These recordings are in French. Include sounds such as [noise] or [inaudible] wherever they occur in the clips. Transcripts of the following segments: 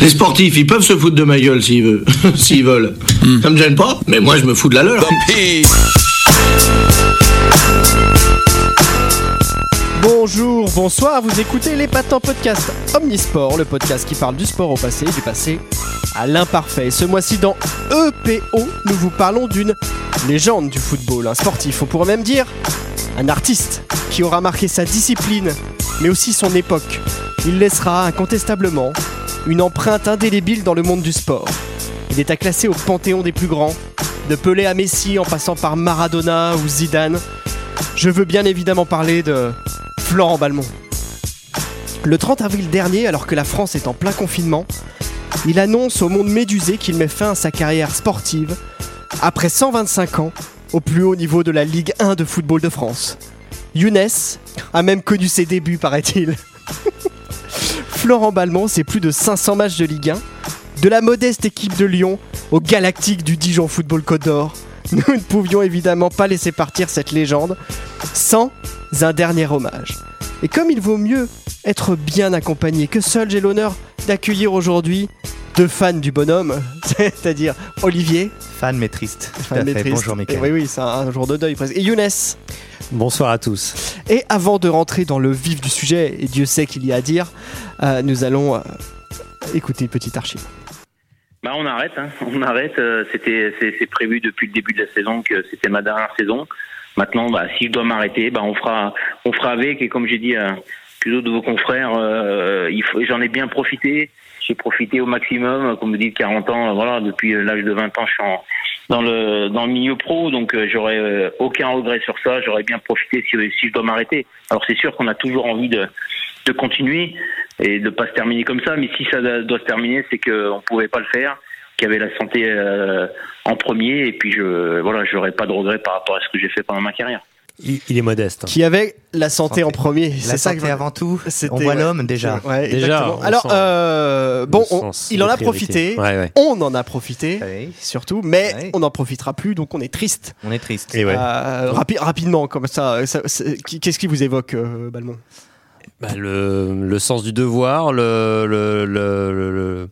Les sportifs, ils peuvent se foutre de ma gueule s'ils veulent. [laughs] s'ils veulent. Ça me gêne pas, mais moi je me fous de la leur. Bonjour, bonsoir, vous écoutez les patins podcast Omnisport, le podcast qui parle du sport au passé et du passé à l'imparfait. Ce mois-ci dans EPO, nous vous parlons d'une légende du football, un sportif, on pourrait même dire un artiste qui aura marqué sa discipline, mais aussi son époque. Il laissera incontestablement une empreinte indélébile dans le monde du sport. Il est à classer au panthéon des plus grands, de Pelé à Messi en passant par Maradona ou Zidane. Je veux bien évidemment parler de Florent Balmont. Le 30 avril dernier, alors que la France est en plein confinement, il annonce au monde médusé qu'il met fin à sa carrière sportive après 125 ans au plus haut niveau de la Ligue 1 de football de France. Younes a même connu ses débuts, paraît-il. [laughs] Florent Balmont, c'est plus de 500 matchs de Ligue 1, de la modeste équipe de Lyon au galactique du Dijon Football Côte d'Or. Nous ne pouvions évidemment pas laisser partir cette légende sans un dernier hommage. Et comme il vaut mieux être bien accompagné que seul, j'ai l'honneur d'accueillir aujourd'hui deux fans du bonhomme, [laughs] c'est-à-dire Olivier, Fan mais triste. Tout fan à fait. maîtrise. Bonjour Mickaël. Et Oui, oui, c'est un, un jour de deuil presque. Et Younes. Bonsoir à tous. Et avant de rentrer dans le vif du sujet, et Dieu sait qu'il y a à dire, euh, nous allons euh, écouter une petite archive. Bah on arrête, hein. on arrête. euh, C'était c'est c'est prévu depuis le début de la saison que c'était ma dernière saison. Maintenant, bah, si je dois m'arrêter, bah, on fera on fera avec. Et comme j'ai dit à plus d'autres de vos confrères, euh, il faut- j'en ai bien profité. J'ai profité au maximum, comme vous dites, 40 ans. euh, Voilà, depuis l'âge de 20 ans, je suis en- dans le dans le milieu pro, donc euh, j'aurais euh, aucun regret sur ça. J'aurais bien profité si, si je dois m'arrêter. Alors c'est sûr qu'on a toujours envie de de continuer et de pas se terminer comme ça. Mais si ça doit se terminer, c'est qu'on pouvait pas le faire qui avait la santé euh, en premier. Et puis, je voilà, j'aurais pas de regrets par rapport à ce que j'ai fait pendant ma carrière. Il, il est modeste. hein. Qui avait la santé, Santé. en premier. La C'est ça que santé je- avant tout. C'était- On voit ouais. l'homme déjà. Ouais, Déjà, exactement. on Alors, sent euh, bon, Le on- sens il des en a priorités. profité. Ouais, ouais. On en a profité, Oui, surtout, mais Ouais. on n'en profitera plus, donc on est triste. On est triste. Et ouais. Euh, rapi- rapidement, comme ça, euh, ça- c'est- qui- qu'est-ce qui vous évoque, euh, Balmont Bah, le, le sens du devoir, le, le- le- le-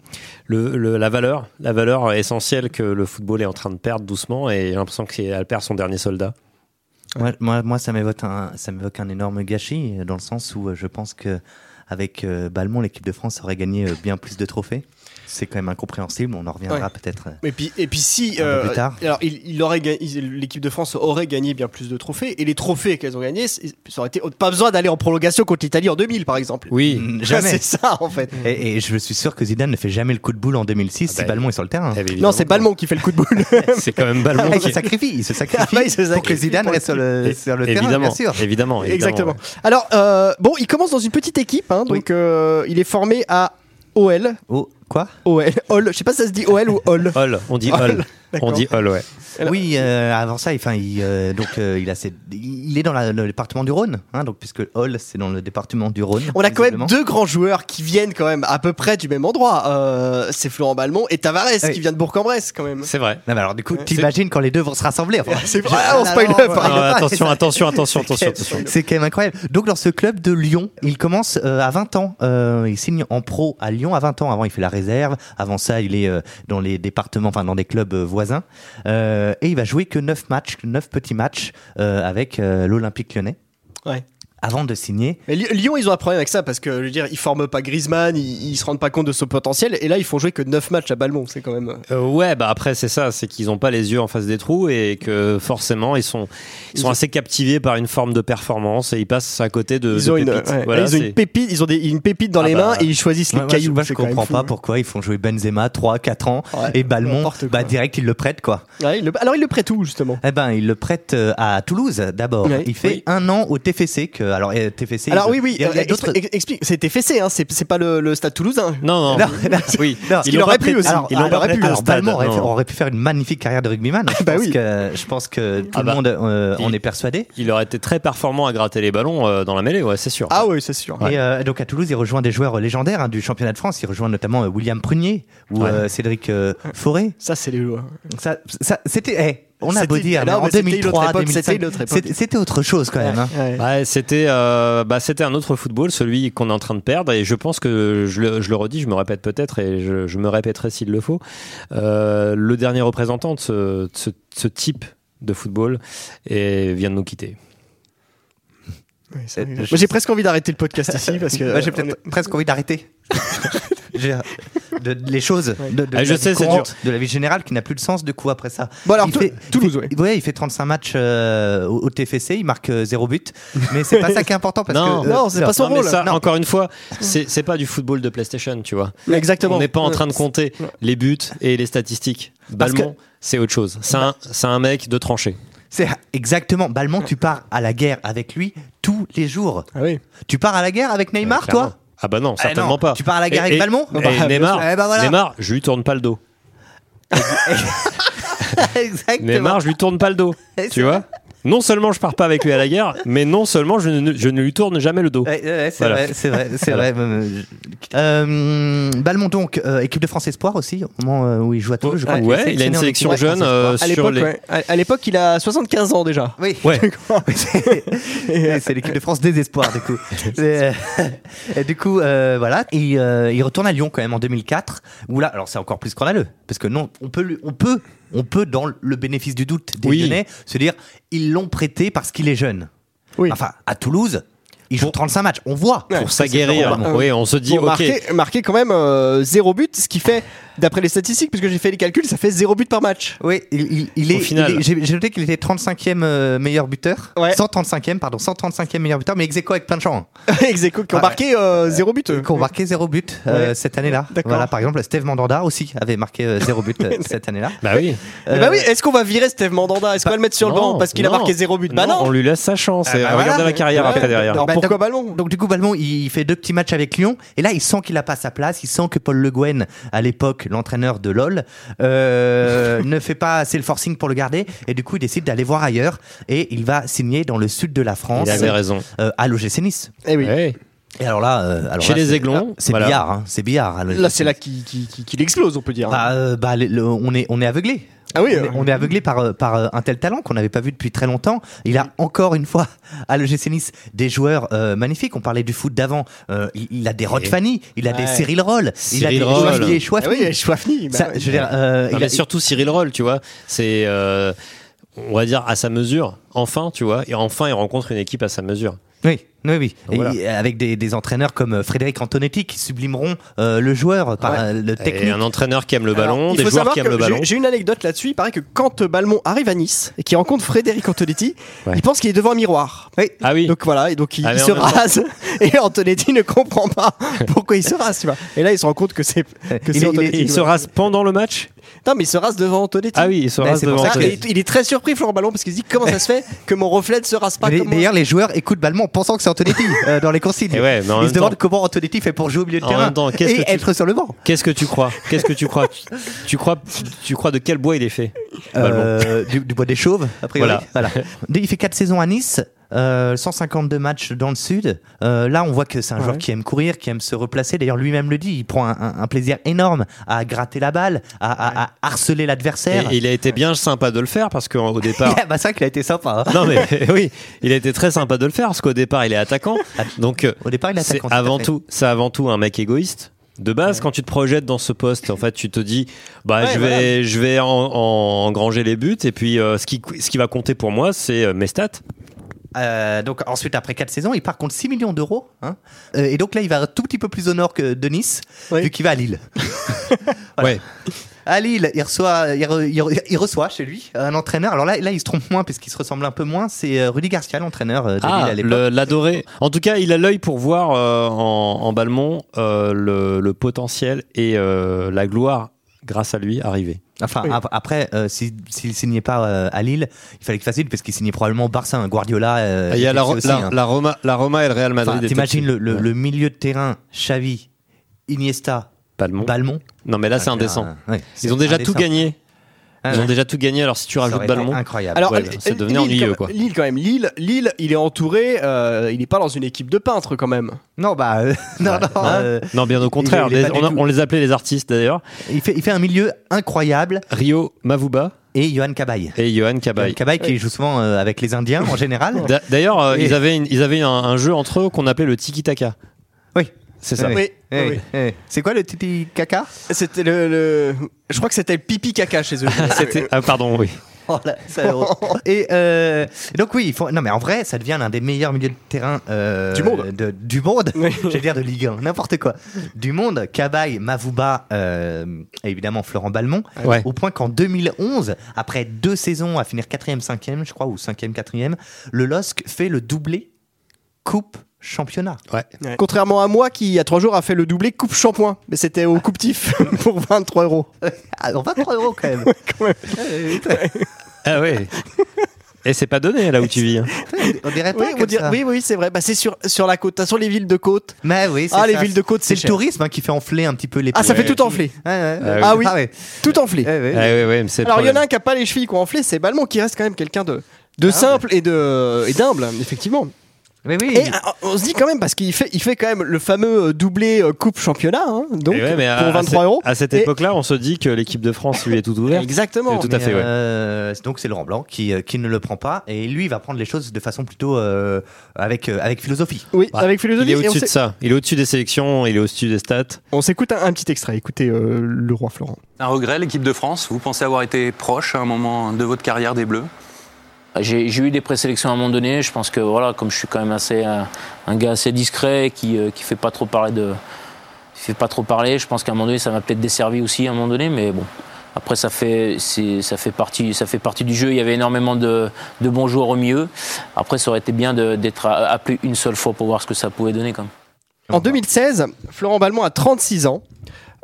le- le- la valeur, la valeur essentielle que le football est en train de perdre doucement et j'ai l'impression qu'elle perd son dernier soldat. Moi, moi, moi, ça m'évoque un, ça m'évoque un énorme gâchis dans le sens où euh, je pense que avec euh, Balmont, l'équipe de France aurait gagné euh, bien plus de trophées. C'est quand même incompréhensible. On en reviendra Ouais. peut-être. [laughs] euh, Et puis, et puis si euh, Un peu plus tard. alors il, il aurait gagné- il- l'équipe de France aurait gagné bien plus de trophées et les trophées qu'elles ont gagnés, c'est- ça aurait été pas besoin d'aller en prolongation contre l'Italie en 2000 par exemple. Oui, mm, [laughs] [laughs] Jamais. c'est ça en fait. Et, et je suis sûr que Zidane ne fait jamais le coup de boule en 2006 Ah si bah, Balmont est sur le terrain. Non, c'est Balmont qui fait le coup de [laughs] boule. C'est quand même Ah, [laughs] Balmont. il qui- se sacrifie, il se sacrifie Ah bah, il se pour que sacrifie Zidane pour reste sur le, l'équipe. sur le terrain, évidemment, bien sûr. évidemment, évidemment, Exactement. ouais. Alors euh, bon, il commence dans une petite équipe hein, donc euh, il est formé à OL, Oh, quoi OL, OL, je sais pas si ça se dit OL ou OL. Hall, on dit Hall, Hall. d'accord. On dit Hall, ouais. Alors- oui, euh, avant ça, enfin, il, euh, donc, euh, il, a ses- il est dans la- le département du Rhône, hein, donc, puisque Hall, c'est dans le département du Rhône. On a quand même visiblement. deux grands joueurs qui viennent quand même à peu près du même endroit. Euh, c'est Florent Balmont et Tavares Oui. qui vient de Bourg-en-Bresse quand même. C'est vrai. Non, mais alors, du coup, t'imagines quand les deux vont se rassembler enfin, C'est- je- Ah, on Ah, spoil non, pas. voilà. Ah, attention, attention, attention, attention, attention. [laughs] C'est quand même incroyable. Donc, dans ce club de Lyon, il commence euh, à 20 ans. Euh, il signe en pro à Lyon à 20 ans. Avant, il fait la réserve. Avant ça, il est euh, dans les départements, enfin, dans des clubs euh, voisins. Euh, et il va jouer que 9 matchs, 9 petits matchs euh, avec euh, l'Olympique lyonnais Ouais. avant de signer Mais Ly- Lyon, ils ont un problème avec ça parce que je veux dire, ils forment pas Griezmann, ils, ils se rendent pas compte de son potentiel et là ils font jouer que 9 matchs à Balmont, c'est quand même Euh, ouais, bah après c'est ça, c'est qu'ils n'ont pas les yeux en face des trous et que forcément ils sont ils Ils ont- sont assez captivés par une forme de performance et ils passent à côté de, ils de ont une pépites. ouais. Voilà, ils ont c'est- une pépite, ils ont des- une pépite dans Ah les bah, mains et ils choisissent Ouais, les moi, je- cailloux. moi, je c'est quand même comprends fou. hein. pas pourquoi ils font jouer Benzema 3 4 ans Ouais, et Balmont n'importe quoi. bah direct ils le prêtent quoi. Ouais, il le- alors ils le prêtent où justement Eh ben ils le prêtent euh, à Toulouse d'abord. Ouais. il fait Oui. un an au TFC que alors euh, TFC Alors je- oui oui, il y a, il y a euh, d'autres expli- explique, c'était fessé hein, c'est c'est pas le, le stade toulousain. [laughs] Non, Non, non, [laughs] non, oui. non. qu'il aurait pu aussi. alors, Ils l'ont alors, pas aurait pu, alors, prêté au alors, stade. Balmont aurait, fait- non. aurait pu faire une magnifique carrière [laughs] de rugbyman. Je Bah pense oui. que je pense que tout Ah bah, le monde euh, en il- est persuadé. Il aurait été très performant à gratter les ballons euh, dans la mêlée, ouais, c'est sûr. Ah oui, c'est sûr. Et euh, donc à Toulouse, il rejoint des joueurs légendaires hein, du championnat de France. Il rejoint notamment euh, William Prunier ou Ouais. euh, Cédric euh, Forêt. Ça c'est les hein. joueurs. Ça, ça- c'était. eh, On a beau C'était- dire, mais non, en mais c'était une autre 2003, époque, c'était 2005, une autre époque. c'était- c'était autre chose quand même. hein. Ouais. Ouais, c'était euh, bah, c'était un autre football, celui qu'on est en train de perdre. Et je pense que je le, je le redis, je me répète peut-être et je, je me répéterai s'il le faut. Euh, le dernier représentant de ce, de ce, de ce type de football et vient de nous quitter. Ouais, ça arrive. Euh, Moi, je- j'ai presque envie d'arrêter le [laughs] podcast ici parce que. Moi, j'ai euh, peut-être presque envie [laughs] d'arrêter. J'ai- de- de- les choses Ouais. de, de Ah, je la sais, vie c'est courante, de la vie générale qui n'a plus de sens du coup après ça. Bon, alors, Il Tou- fait- Toulouse, il ouais. fait- il fait 35 matchs euh, au, au TFC, il marque 0 but, mais c'est pas ça qui est important parce [laughs] Non. que euh, Non, c'est pas son Non, mais rôle. ça, Non. encore une fois, c'est c'est pas du football de PlayStation, tu vois. Exactement. On n'est pas en train de Ouais. compter les buts et les statistiques. Parce que- Bah. Balmont, c'est autre chose. C'est un, c'est un mec de tranchée. c'est exactement Balmont, tu pars à la guerre avec lui tous les jours. Ah oui. Tu pars à la guerre avec Neymar, Clairement. toi Ah bah non, Eh certainement non, pas. tu pars à la guerre Et- avec et- Balmont Bah, et bien Neymar, sûr. Eh bah voilà. Neymar, je lui tourne pas le dos. [laughs] Exactement. Neymar, je lui tourne pas le dos. Et [laughs] c'est tu vois Non seulement je pars pas avec lui à la guerre, mais non seulement je ne, je ne lui tourne jamais le dos. Ouais, ouais, ouais, c'est Voilà. vrai, c'est vrai, c'est vrai. Euh, je- euh, Balmont donc, euh, équipe de France Espoir aussi, au moment euh, où il joue à Toulouse, je crois. Ouais, qu'il est il a une sélectionné en sélection équipe de France jeune euh, À sur l'époque, les. ouais. À- à l'époque, il a 75 ans [laughs] déjà. Espoir. Oui. Ouais. [laughs] c'est c'est l'équipe de France désespoir [laughs] du coup. Euh, [laughs] et du coup, euh, voilà, et, euh, il retourne à Lyon quand même en 2004. Où là, alors c'est encore plus scandaleux parce que non, on peut, lui- on peut, on peut dans le bénéfice du doute des Oui. Lyonnais se dire ils l'ont prêté parce qu'il est jeune. Oui. Enfin, à Toulouse, il joue 35 matchs. On voit Ouais. Pour s'aguerrir. Balmont. Oui, on se dit, Pour ok. marquer, marquer quand même euh, zéro but, ce qui fait, d'après les statistiques, puisque j'ai fait les calculs, ça fait zéro but par [laughs] match. Oui, il, il- il est. Au final. il est- J'ai j'ai noté qu'il était 35e euh, meilleur buteur. Ouais. 135e, pardon, 135e meilleur buteur, mais ex aequo avec plein de champs. ex aequo qui ont Ah, marqué euh, zéro but. eux. Qui ont marqué 0 but euh, Ouais. cette année-là. D'accord. Voilà, par exemple, Steve Mandanda aussi avait marqué [laughs] 0 but euh, cette année-là. Euh, Bah oui. Eh ben oui, est-ce qu'on va virer Steve Mandanda Est-ce qu'on va le mettre sur le Non, banc parce qu'il a non. marqué zéro but Bah Non, on non lui laisse sa chance. Ah et bah regardez voilà. la carrière Ouais. après derrière. Alors Bah, pourquoi donc- Ballon Donc du coup, Balmont, il fait deux petits matchs avec Lyon. Et là, il sent qu'il a pas sa place. Il sent que Paul Le Guen, à l'époque l'entraîneur de LOL, [laughs] euh, ne fait pas assez le forcing pour le garder. Et du coup, il décide d'aller voir ailleurs. Et il va signer dans le sud de la France, Il avait raison. euh, à l'OGC Nice. Eh oui. Ouais. Et alors là, euh, alors Chez là, les c'est- Aiglons, c'est voilà. billard, hein, c'est billard. à l'OGC Là, c'est là qu'il qui, qui, qui l'explose, on peut dire. Bah, euh, bah, le- le- on est, on est aveuglé. Ah oui, on, est, euh. on est aveuglé par, euh, par euh, un tel talent qu'on n'avait pas vu depuis très longtemps. Il a encore une fois à l'OGC Nice des joueurs euh, magnifiques. On parlait du foot d'avant. Euh, il, il a des Rod Et- Fanny, il a Ouais. des Cyril Roll, il a Cyril des Roll. Olivier Ah Chouafny. oui, Chouafni. bah Ça, ouais. je veux dire, euh, Non, il mais a- surtout Cyril Roll, tu vois, c'est euh, on va dire à sa mesure. Enfin, tu vois, et enfin il rencontre une équipe à sa mesure. oui, oui, oui. Et Voilà. il- avec des, des entraîneurs comme euh, Frédéric Antonetti qui sublimeront euh, le joueur par Ouais. euh, le Et technique. un entraîneur qui aime le Alors, ballon, il des faut joueurs savoir qui aiment que le ballon. j'ai- J'ai une anecdote là-dessus. Il paraît que quand euh, Balmont arrive à Nice et qu'il rencontre Frédéric Antonetti, Ouais. il pense qu'il est devant un miroir. Oui. Ah oui. Donc voilà, et donc il, Ah, mais il en se même rase. [laughs] Et Antonetti ne comprend pas [laughs] pourquoi il se rase. tu vois. Et là, il se rend compte que c'est que Il c'est est- Et Antonetti. il se rase pendant le match Non, mais il se rase devant Antonetti. Ah oui, il se Mais rase Ben, c'est pour devant ça Ça, que- il, Antonetti. est- il est très surpris, Florent Ballon, parce qu'il se dit comment ça se fait que mon reflet ne se rase pas Mais- comme moi D'ailleurs, les joueurs écoutent Balmont en pensant que [laughs] c'est Antonetti euh, dans les consignes. Et ouais, mais en Ils même se demandent temps- comment Antonetti fait pour jouer au milieu de En terrain même temps, qu'est-ce et que tu- être sur le banc. [laughs] Qu'est-ce que tu crois Qu'est-ce que tu crois tu, tu crois tu crois de quel bois il est fait Balmont Euh, du, du bois des chauves, a priori. Bah, Voilà. [laughs] Voilà. Il fait 4 saisons à Nice. euh, 152 matchs dans le sud. Euh, là, on voit que c'est un joueur qui aime courir, qui aime se replacer. D'ailleurs, lui-même le dit, il prend un, un- un plaisir énorme à gratter la balle, à, à- à harceler l'adversaire. Et il a été bien sympa de le faire parce [laughs] qu'au départ. bah, c'est vrai qu'il a été sympa. hein. Non mais [laughs] oui, il a été très sympa de le faire parce qu'au départ il est [laughs] attaquant. Donc euh, Au départ, il est c'est attaquant, tout à avant fait. tout, c'est avant tout un mec égoïste. De base, quand tu te projettes dans ce poste, en fait, tu te dis, bah, Ouais, je vais, voilà. je vais en- en- engranger les buts, et puis euh, ce qui, ce qui va compter pour moi, c'est euh, mes stats. Euh, donc ensuite, après 4 saisons, il part contre 6 millions d'euros. hein. Euh, et donc là, il va un tout petit peu plus au nord que de Nice, Oui. vu qu'il va à Lille. Voilà. Ouais. À Lille, il reçoit, il, re- il re- il reçoit chez lui un entraîneur. Alors là, là il se trompe moins parce qu'il se ressemble un peu moins. C'est euh, Rudy Garcia, l'entraîneur euh, de Lille Ah, à l'époque. le- l'adoré. En tout cas, il a l'œil pour voir euh, en, en Balmont euh, le, le potentiel et euh, la gloire grâce à lui arriver. Enfin, Oui. ap- après, euh, si- s'il signait pas euh, à Lille, il fallait que facile parce qu'il signait probablement au Barça, un Guardiola. euh, Et Ah, Il y a la, était aussi, la- hein. la Roma, la Roma et le Real Madrid. Enfin, étaient T'imagines le, dessus. le- Ouais. le milieu de terrain, Xavi, Iniesta, Balmont. Balmont. Non, mais là, c'est Ah, indécent. euh, ouais, Ils ont déjà indécent. tout gagné. Ah, Ils ouais. ont déjà tout gagné. Alors, si tu Ça rajoutes aurait été Balmont, Incroyable. Alors, Ouais, euh, ça euh, devenait Lille, ennuyeux, quand- quoi. Lille quand même, Lille, Lille, il est entouré, euh, il n'est pas dans une équipe de peintres quand même. Non, bah, euh, [laughs] non, non. euh, non, bien au contraire. il est Les- pas on, du a- tout. on les appelait les artistes d'ailleurs. il, fait, il fait un milieu incroyable. Rio Mavuba, et Johan Cabaye. Et Johan Cabaye. Johan Cabaye qui joue souvent euh, avec les Indiens en général. [laughs] D'a- D'ailleurs, euh, Et- ils avaient, une- ils avaient un, un jeu entre eux qu'on appelait le Tiki Taka. Oui. C'est ça. Oui, Eh, oui. eh. C'est quoi le titi caca C'était le, le- Je crois que c'était le pipi caca [laughs] chez eux. C'était- Ah, pardon, oui. [laughs] Oh là, ça est drôle. Et euh, donc oui, il faut... non mais en vrai, ça devient l'un des meilleurs milieux de terrain euh, Du monde. de- du monde. [laughs] Oui. J'allais dire de Ligue 1, n'importe quoi. Du monde, Cabaye, Mavouba, euh, et évidemment Florent Balmont. Ouais. Au point qu'en 2011, après deux saisons à finir quatrième, cinquième, je crois, ou cinquième, quatrième, le LOSC fait le doublé Coupe Championnat. Ouais. Contrairement à moi qui, il y a trois jours, a fait le doublé coupe shampoing. Mais c'était au coupe tif pour 23 euros. Ah, on va 3 euros quand [laughs] même. Ah ouais. Et c'est pas donné là où tu vis. hein. On dirait pas Oui, comme on dirait- ça. oui, oui, c'est vrai. Bah, c'est sur, sur la côte, sur les villes de côte. Mais oui, c'est Ah, les ça. villes de côte, C'est c'est le cher. tourisme hein, qui fait enfler un petit peu les Ah, ça prix. fait tout enfler. Ouais, ouais, Ah ouais. oui. Ah oui. ouais. Tout enflé. Ouais, ouais. Ah ouais, ouais, mais c'est le Alors, il y en a problème. un qui a pas les chevilles qui ont enflé, c'est Balmont qui reste quand même quelqu'un de, de simple et de et d'humble, effectivement. Mais oui. Et euh, on se dit quand même, parce qu'il fait, il fait quand même le fameux euh, doublé euh, coupe championnat, hein, donc Et Eh ouais, mais à- pour à 23 cette- euros. À cette Et- époque-là, on se dit que l'équipe de France lui est tout ouverte. Exactement. Tout à Mais, fait, ouais. euh, donc c'est Laurent Blanc qui, euh, qui ne le prend pas et lui il va prendre les choses de façon plutôt euh, avec, euh, avec philosophie. Oui, Bah, avec philosophie. Il est et on au-dessus de s'é- ça. Il est au-dessus des sélections, il est au-dessus des stats. on s'écoute un, un petit extrait. Écoutez euh, le roi Florent. Un regret, l'équipe de France Vous pensez avoir été proche à un moment de votre carrière des Bleus J'ai j'ai eu des présélections à un moment donné. Je pense que voilà, comme je suis quand même assez euh, un gars assez discret qui euh, qui fait pas trop parler de qui fait pas trop parler. Je pense qu'à un moment donné, ça m'a peut-être desservi aussi à un moment donné, mais bon. Après, ça fait c'est- ça fait partie ça fait partie du jeu. Il y avait énormément de de bons joueurs au milieu. Après, ça aurait été bien de- d'être a- appelé une seule fois pour voir ce que ça pouvait donner quand même. En 2016, Florent Balmont a 36 ans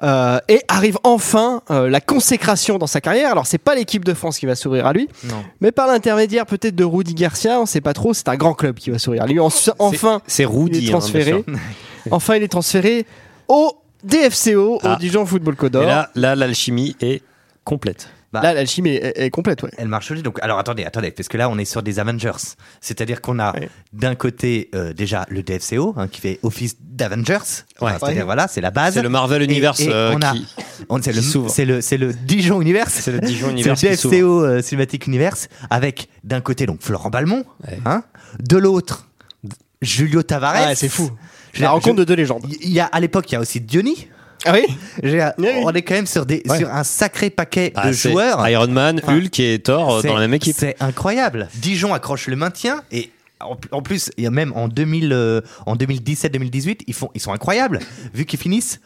euh, et arrive enfin euh, la consécration dans sa carrière. Alors, c'est pas l'équipe de France qui va sourire à lui, Non. mais par l'intermédiaire peut-être de Rudy Garcia, on sait pas trop, c'est un grand club qui va sourire à lui. En- enfin, C'est il Rudy. est hein, bien transféré. sûr. [laughs] enfin, il est transféré au DFCO, Ah. au Dijon Football Codor. Et là, bah. là, l'alchimie est complète. Là, l'alchimie est, est complète, ouais. Elle marche aussi. Donc, alors attendez, attendez, parce que là on est sur des Avengers. C'est-à-dire qu'on a Ouais. d'un côté euh, déjà le DFCO hein, qui fait office d'Avengers. Enfin, Ouais. c'est-à-dire voilà, c'est la Ah, base. C'est le Marvel Et- Universe et euh, on a- qui- on- c'est qui le, s'ouvre. c'est le, c'est le Dijon Universe. C'est le Dijon Universe C'est qui le s'ouvre. DFCO euh, Cinematic Universe avec d'un côté donc Florent Balmont, Ouais. hein, de l'autre Julio Tavares. Ah, c'est fou. Je veux La dire, rencontre je- de deux [laughs] légendes. Il y a, à l'époque, il y a aussi Diony. Ah oui Je veux dire, Oui, oui. On est quand même sur, des, Ouais. sur un sacré paquet Ah, de c'est joueurs. Iron Man, Enfin, Hulk et Thor euh, C'est- dans la même équipe. C'est incroyable. Dijon accroche le maintien et. En en plus, il y a même en, 2000, euh, en 2017-2018, ils, font- ils sont incroyables, vu qu'ils finissent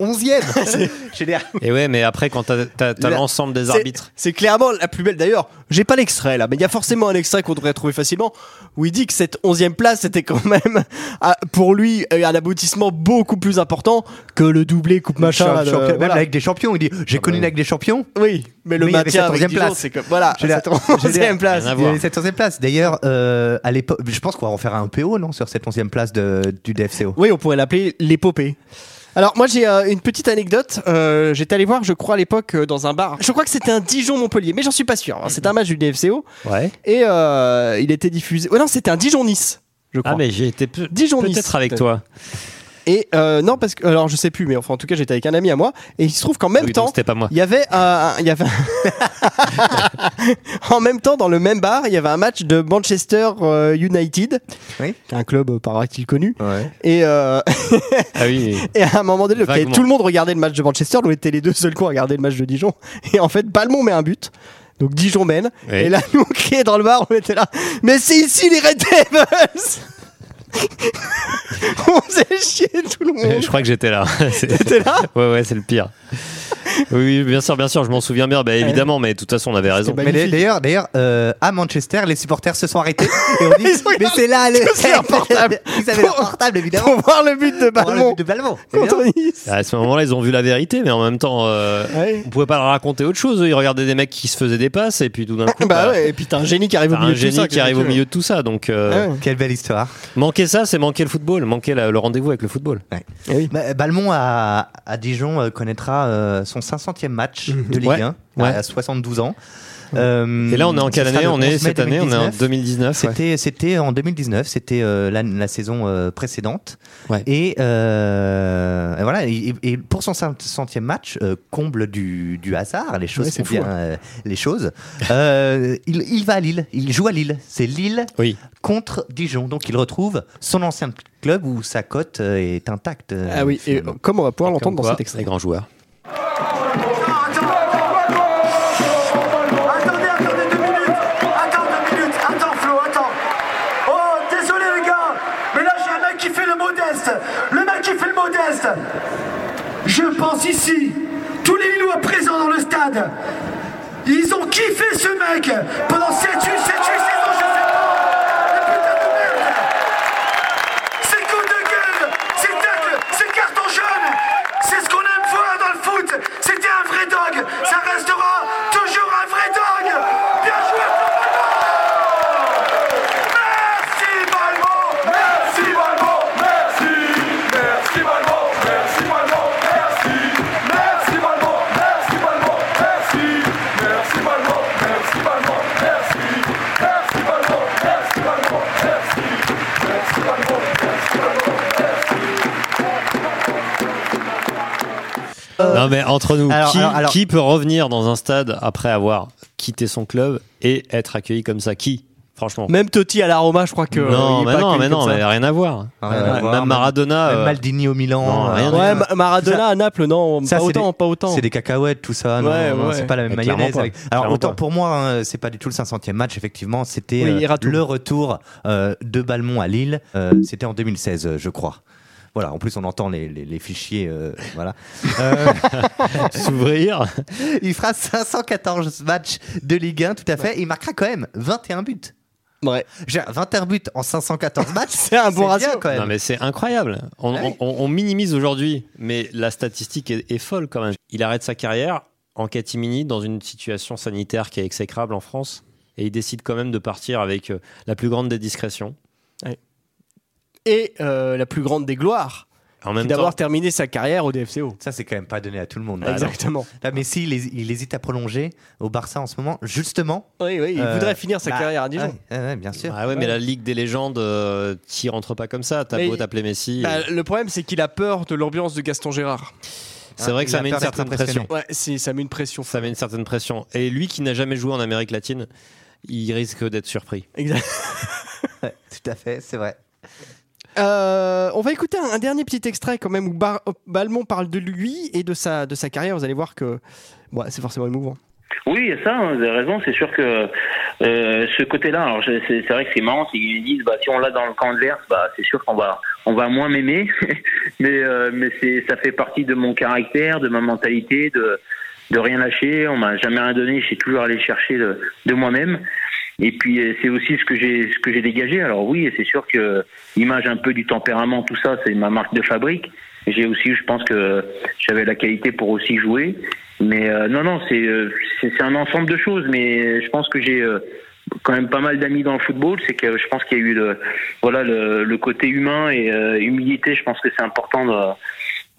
11e. [laughs] Je veux dire, Et ouais, mais après, quand t'as t'as- t'as Là, l'ensemble des C'est- arbitres. C'est clairement la plus belle d'ailleurs. J'ai pas l'extrait là, mais il y a forcément un extrait qu'on devrait trouver facilement où il dit que cette 11 place c'était quand même [laughs] à- pour lui euh, un aboutissement beaucoup plus important que le doublé coupe machin. là, de- champion- même voilà. Ah, bah avec des champions, il dit J'ai connu avec des champions. Oui, mais le Mais avec maintien cette avec 11e Dijon, place. Ah, c'est que voilà, Je veux dire- [laughs] cette je veux dire- 11e place. Rien à Il y voir. avait cette 11e place. D'ailleurs, euh, à l'époque, je pense qu'on va en faire un PO, non, sur cette 11e place de- du DFCO. Oui, on pourrait l'appeler l'épopée. Alors moi j'ai euh, une petite anecdote. Euh, J'étais allé voir, je crois à l'époque euh, dans un bar. Je crois que c'était un Dijon Montpellier, mais j'en suis pas sûr. Alors, C'était un Mm. match du DFCO Ouais. et euh, il était diffusé. Oh non, c'était un Dijon Nice, je crois. Ah, mais j'ai été pe- Dijon Nice. peut-être avec toi. Et euh, non, parce que. Alors, je sais plus, mais enfin, en tout cas, j'étais avec un ami à moi. Et il se trouve qu'en même Ah Oui, donc temps, c'était pas moi. il y avait. un- [laughs] il y avait... en même temps, dans le même bar, il y avait un match de Manchester euh, United, Oui. qui est un club, euh, paraît-il, connu. Ouais. Et, euh, [laughs] Ah oui. et à un moment donné, le- Vaguement. tout le monde regardait le match de Manchester. Nous étions les deux seuls cons à regarder le match de Dijon. Et en fait, Balmont met un but. Donc Dijon mène. Oui. Et là, nous, on criait dans le bar, on était là. Mais c'est ici les Red Devils [laughs] On faisait chier tout le monde. Je crois que j'étais là. [laughs] C'est- T'étais là Ouais, ouais, c'est le pire. Oui, oui, bien sûr, bien sûr, je m'en souviens bien, bah, évidemment, mais de toute façon, on avait raison. C'était Mais Magnifique. d'ailleurs, d'ailleurs, euh, à Manchester, les supporters se sont arrêtés. [laughs] Et on dit, Ils ont mais c'est là, le... [laughs] tous leur portable. ils avaient leur Pour- portable, évidemment. pour voir le but de pour avoir le Balmont but de Balmont. contre Nice. À ce moment-là, ils ont vu la vérité, mais en même temps, euh, Ouais. on pouvait pas leur raconter autre chose. Ils regardaient des mecs qui se faisaient des passes, et puis [coughs] tout d'un coup, Bah bah, ouais, et puis t'as un génie qui arrive t'as au milieu un de tout génie ça, qui qu'est-ce arrive que au tu milieu de tout ça. Donc, euh, Ouais. Quelle belle histoire. manquer ça, c'est manquer le football, manquer la- le rendez-vous avec le football. veux. Eh oui. Bah, Balmont à, à Dijon euh, connaîtra euh, son 500e match de Ligue Mhm. Ouais, 1 ouais. à 72 ans. Euh, Et là, on est en quelle ce sera année le On est 11 mai cette année, on est en 2019. ouais. C'était c'était en 2019, c'était euh, la, la saison euh, précédente. Ouais. Et, euh, et voilà, et, et pour son cent- centième match, euh, comble du, du hasard, les choses Ouais, c'est font bien, euh, les choses. euh, il, il va à Lille, il joue à Lille. C'est Lille Oui. contre Dijon, donc il retrouve son ancien club où sa cote euh, est intacte. euh, Ah oui, et finalement. comme on va pouvoir Comme l'entendre dans quoi, cet extrait. Les grands joueurs. Attendez, attendez deux minutes Attends deux minutes, attends Flo, attends Oh, désolé les gars Mais là j'ai un mec qui fait le modeste Le mec qui fait le modeste Je pense ici, tous les Lillois présents dans le stade, ils ont kiffé ce mec pendant 7 8 7 8 saisons, je sais pas La putain de merde C'est coups de gueule C'est tacle C'est carton jaune C'est ce qu'on aime voir dans le foot C'était un vrai dog Ça restera toujours un vrai dog Bien joué Florent Balbo Merci Balbo Merci Balbo Merci Merci Balbo Merci Balbo Merci Merci Balbo Merci Balbo Merci Merci Balbo Merci Balbo Merci Merci Balbo Merci Balbo Merci Merci Balbo Merci Balbo Non, mais entre nous, Alors, qui, alors, alors- qui peut revenir dans un stade après avoir quitté son club et être accueilli comme ça Qui Franchement. Même Totti à la Roma, je crois que. non, euh, il est mais pas non, accueilli mais non, comme ça. mais rien à voir. Rien à Euh, voir, même même- Maradona. Même euh, Maldini au Milan. euh, bah, non, rien à voir. Ouais, Ma- Maradona à Naples, non, Ça, pas c'est autant, des- pas autant. C'est des cacahuètes, tout ça. non, Ouais, non, non, ouais. c'est pas la même Mais clairement mayonnaise. pas. avec- Alors, Clairement autant pas. pour moi, hein, c'est pas du tout le 500e match, effectivement. C'était Oui, et euh, Ratou. le retour euh, de Balmont à Lille. Euh, C'était en 2016, euh, je crois. Voilà, en plus on entend les, les- les fichiers. euh, voilà. [laughs] Euh, S'ouvrir. il fera 514 matchs de Ligue 1, tout à fait. et il marquera quand même 21 buts. Ouais. J'ai 21 buts en 514 [laughs] matchs. C'est un bon bien ratio. quand même. Non, mais c'est incroyable. On, Ah oui. on- on minimise aujourd'hui, mais la statistique est, est folle quand même. Il arrête sa carrière en catimini dans une situation sanitaire qui est exécrable en France et il décide quand même de partir avec euh, la plus grande des discrétions. Et euh, la plus grande des gloires, En c'est même temps, d'avoir terminé sa carrière au DFCO. Ça, c'est quand même pas donné à tout le monde. Exactement. Là, Messi, il, hési- il hésite à prolonger au Barça en ce moment, justement. Oui, oui, il Euh, voudrait finir sa bah, carrière à Dijon. ouais, ouais, ouais, bien sûr. Ah ouais, mais la Ligue des légendes euh, t'y rentre pas comme ça. T'as Mais- beau t'appeler Messi. euh, Bah, et- le problème, c'est qu'il a peur de l'ambiance de Gaston Gérard. c'est vrai que il ça a met une peur d'être certaine impressionné. pression. Ouais, c'est- ça met une pression. Ça met une certaine pression. Et lui qui n'a jamais joué en Amérique latine, il risque d'être surpris. Exact. Ouais, tout à fait, c'est vrai. Euh, on va écouter un, un dernier petit extrait quand même où Bar- euh, Balmont parle de lui et de sa, de sa carrière. Vous allez voir que bon, c'est forcément émouvant. Oui, il y a ça, hein, vous avez raison, c'est sûr que euh, ce côté-là, alors je- c'est c'est vrai que c'est marrant, c'est qu'ils disent, bah, si on l'a dans le camp de l'air, bah, c'est sûr qu'on va, on va moins m'aimer, [laughs] mais, euh, mais c'est, ça fait partie de mon caractère, de ma mentalité, de, de rien lâcher, on m'a jamais rien donné, j'ai toujours allé chercher de, de moi-même. Et puis euh, c'est aussi ce que j'ai ce que j'ai dégagé. Alors oui, c'est sûr que l'image un peu du tempérament, tout ça, c'est ma marque de fabrique. J'ai aussi, je pense que j'avais la qualité pour aussi jouer. Mais euh, non, non, c'est euh, c'est c'est un ensemble de choses. Mais je pense que j'ai euh, quand même pas mal d'amis dans le football. C'est que je pense qu'il y a eu le voilà le, le côté humain et euh, humilité. Je pense que c'est important de-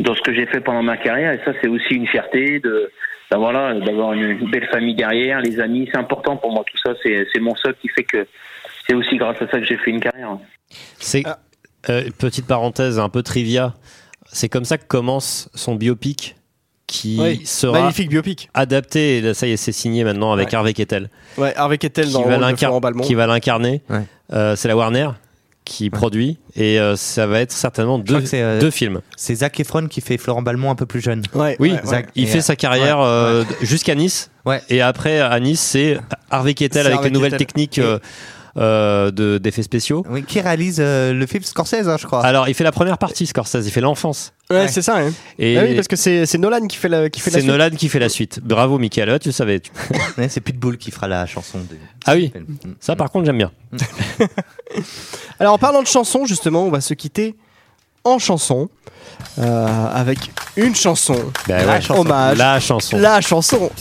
dans ce que j'ai fait pendant ma carrière. Et ça, c'est aussi une fierté de ben voilà d'avoir une belle famille derrière, les amis. C'est important pour moi tout ça. C'est c'est mon socle qui fait que c'est aussi grâce à ça que j'ai fait une carrière. C'est Ah. euh, petite parenthèse, un peu trivia. C'est comme ça que commence son biopic qui Oui. sera Magnifique biopic. adapté. Et là, ça y est, c'est signé maintenant avec Harvey Kettel Ouais, Harvey Kettel qui dans va le rôle de l'incar- Florent Balmont. qui va l'incarner. Ouais. Euh, c'est la Warner qui produit et euh, ça va être certainement crois deux, que c'est, euh, deux films. C'est Zach Efron qui fait Florent Balmont un peu plus jeune. Ouais, Oui, ouais, ouais. Zach. il Et, fait euh, sa carrière euh, jusqu'à Nice. Ouais. Et après, à Nice, c'est Harvey Kettel C'est avec Harvey les nouvelles Keitel. techniques euh, euh, de- d'effets spéciaux. Oui, qui réalise euh, le film Scorsese, hein, je Ah. crois. Alors, il fait la première partie, Scorsese, il fait l'enfance. Ouais, Ouais. c'est ça. hein. Et Ah oui, parce que c'est c'est Nolan qui fait la, qui fait la c'est suite. Nolan qui fait la suite. Bravo, Michael, Ah, tu le savais. tu- Ouais, c'est Pitbull qui fera la chanson de. Ah oui, Mm. ça par contre, j'aime bien. Alors en parlant de chansons, justement, on va se quitter en chanson euh, avec une chanson. Bah La ouais. chanson. Hommage. La chanson. La chanson.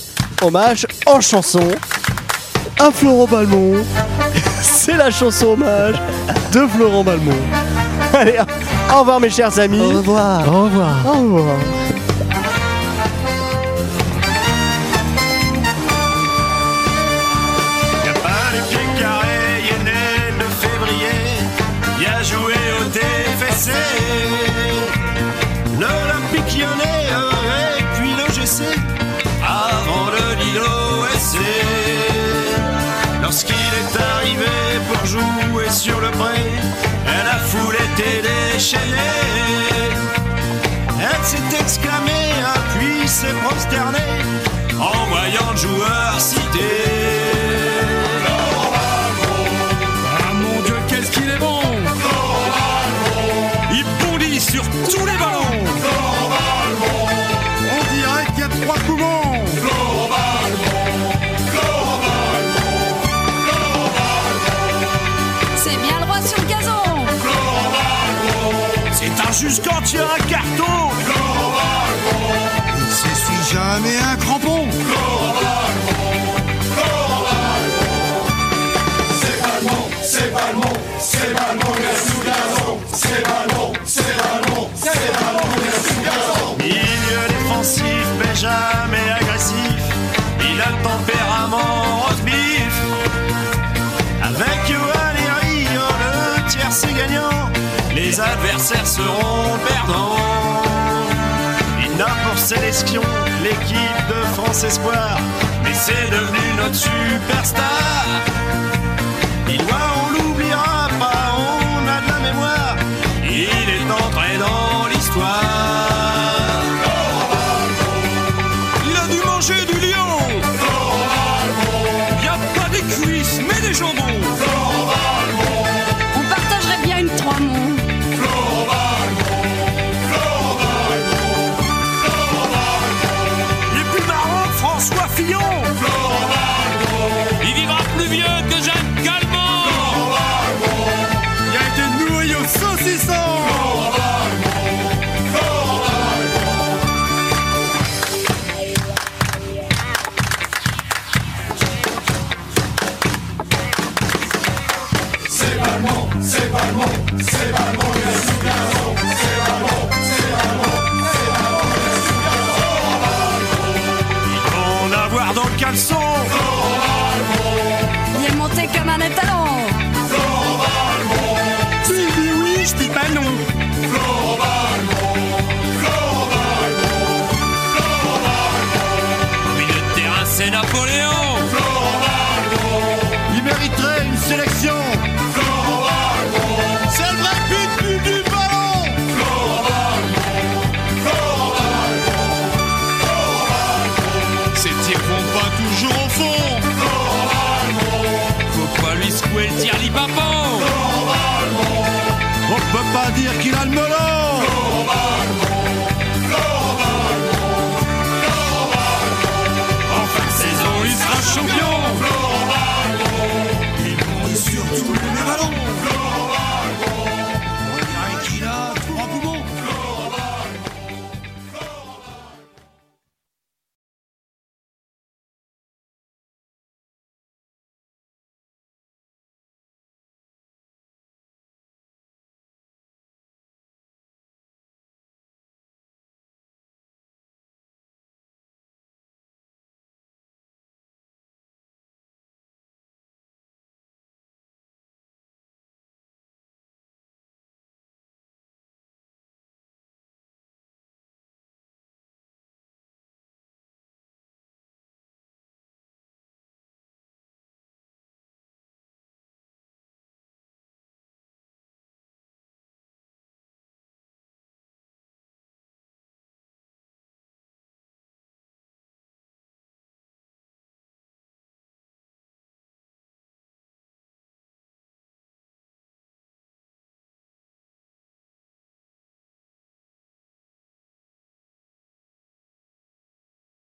Hommage en chanson à Florent Balmont. C'est la chanson hommage de Florent Balmont. Allez, au revoir mes chers amis. Au revoir. Au revoir. euh, blessé avant le Lilo SC. Lorsqu'il est arrivé pour jouer sur le pré, la foule était déchaînée. Elle s'est exclamée, hein, puis s'est prosternée en voyant le joueur cité. Ah mon Dieu, qu'est-ce qu'il est bon Il bondit sur tous les ballons On dirait qu'il y a trois poumons C'est bien le roi sur le gazon. C'est injuste quand il y a un carton Il s'essuie jamais un crampon C'est pas le bon, c'est pas le bon, c'est pas le bon, C'est pas le bon, c'est pas le bon, c'est pas le bon, Milieu défensif mais jamais agressif Il a le tempérament roast-beef Avec Johan et Rio, le tiercé gagnant Les adversaires seront perdants Il n'a pour sélection l'équipe de France Espoir Mais c'est devenu notre superstar Il doit, on l'oubliera pas, on a de la mémoire Il est entré dans l'histoire Il a dû manger du lion Il y a pas des cuisses mais des jambons On partagerait bien une trois monts. Et plus marrant que François Fillon Il vivra plus vieux que Jeanne Calment Il a été nourri au saucisson C'est pas le bon, c'est pas le bon, c'est pas le bon, On a voir dans le caleçon Il est monté comme un étalon. Tu dis oui, je dis pas non. Milieu de terrain, c'est Napoléon Il mériterait une sélection. C'est le vrai but du, du ballon. Ses tirs vont pas toujours au fond Faut pas lui secouer le tir libre On peut pas dire qu'il a le melon.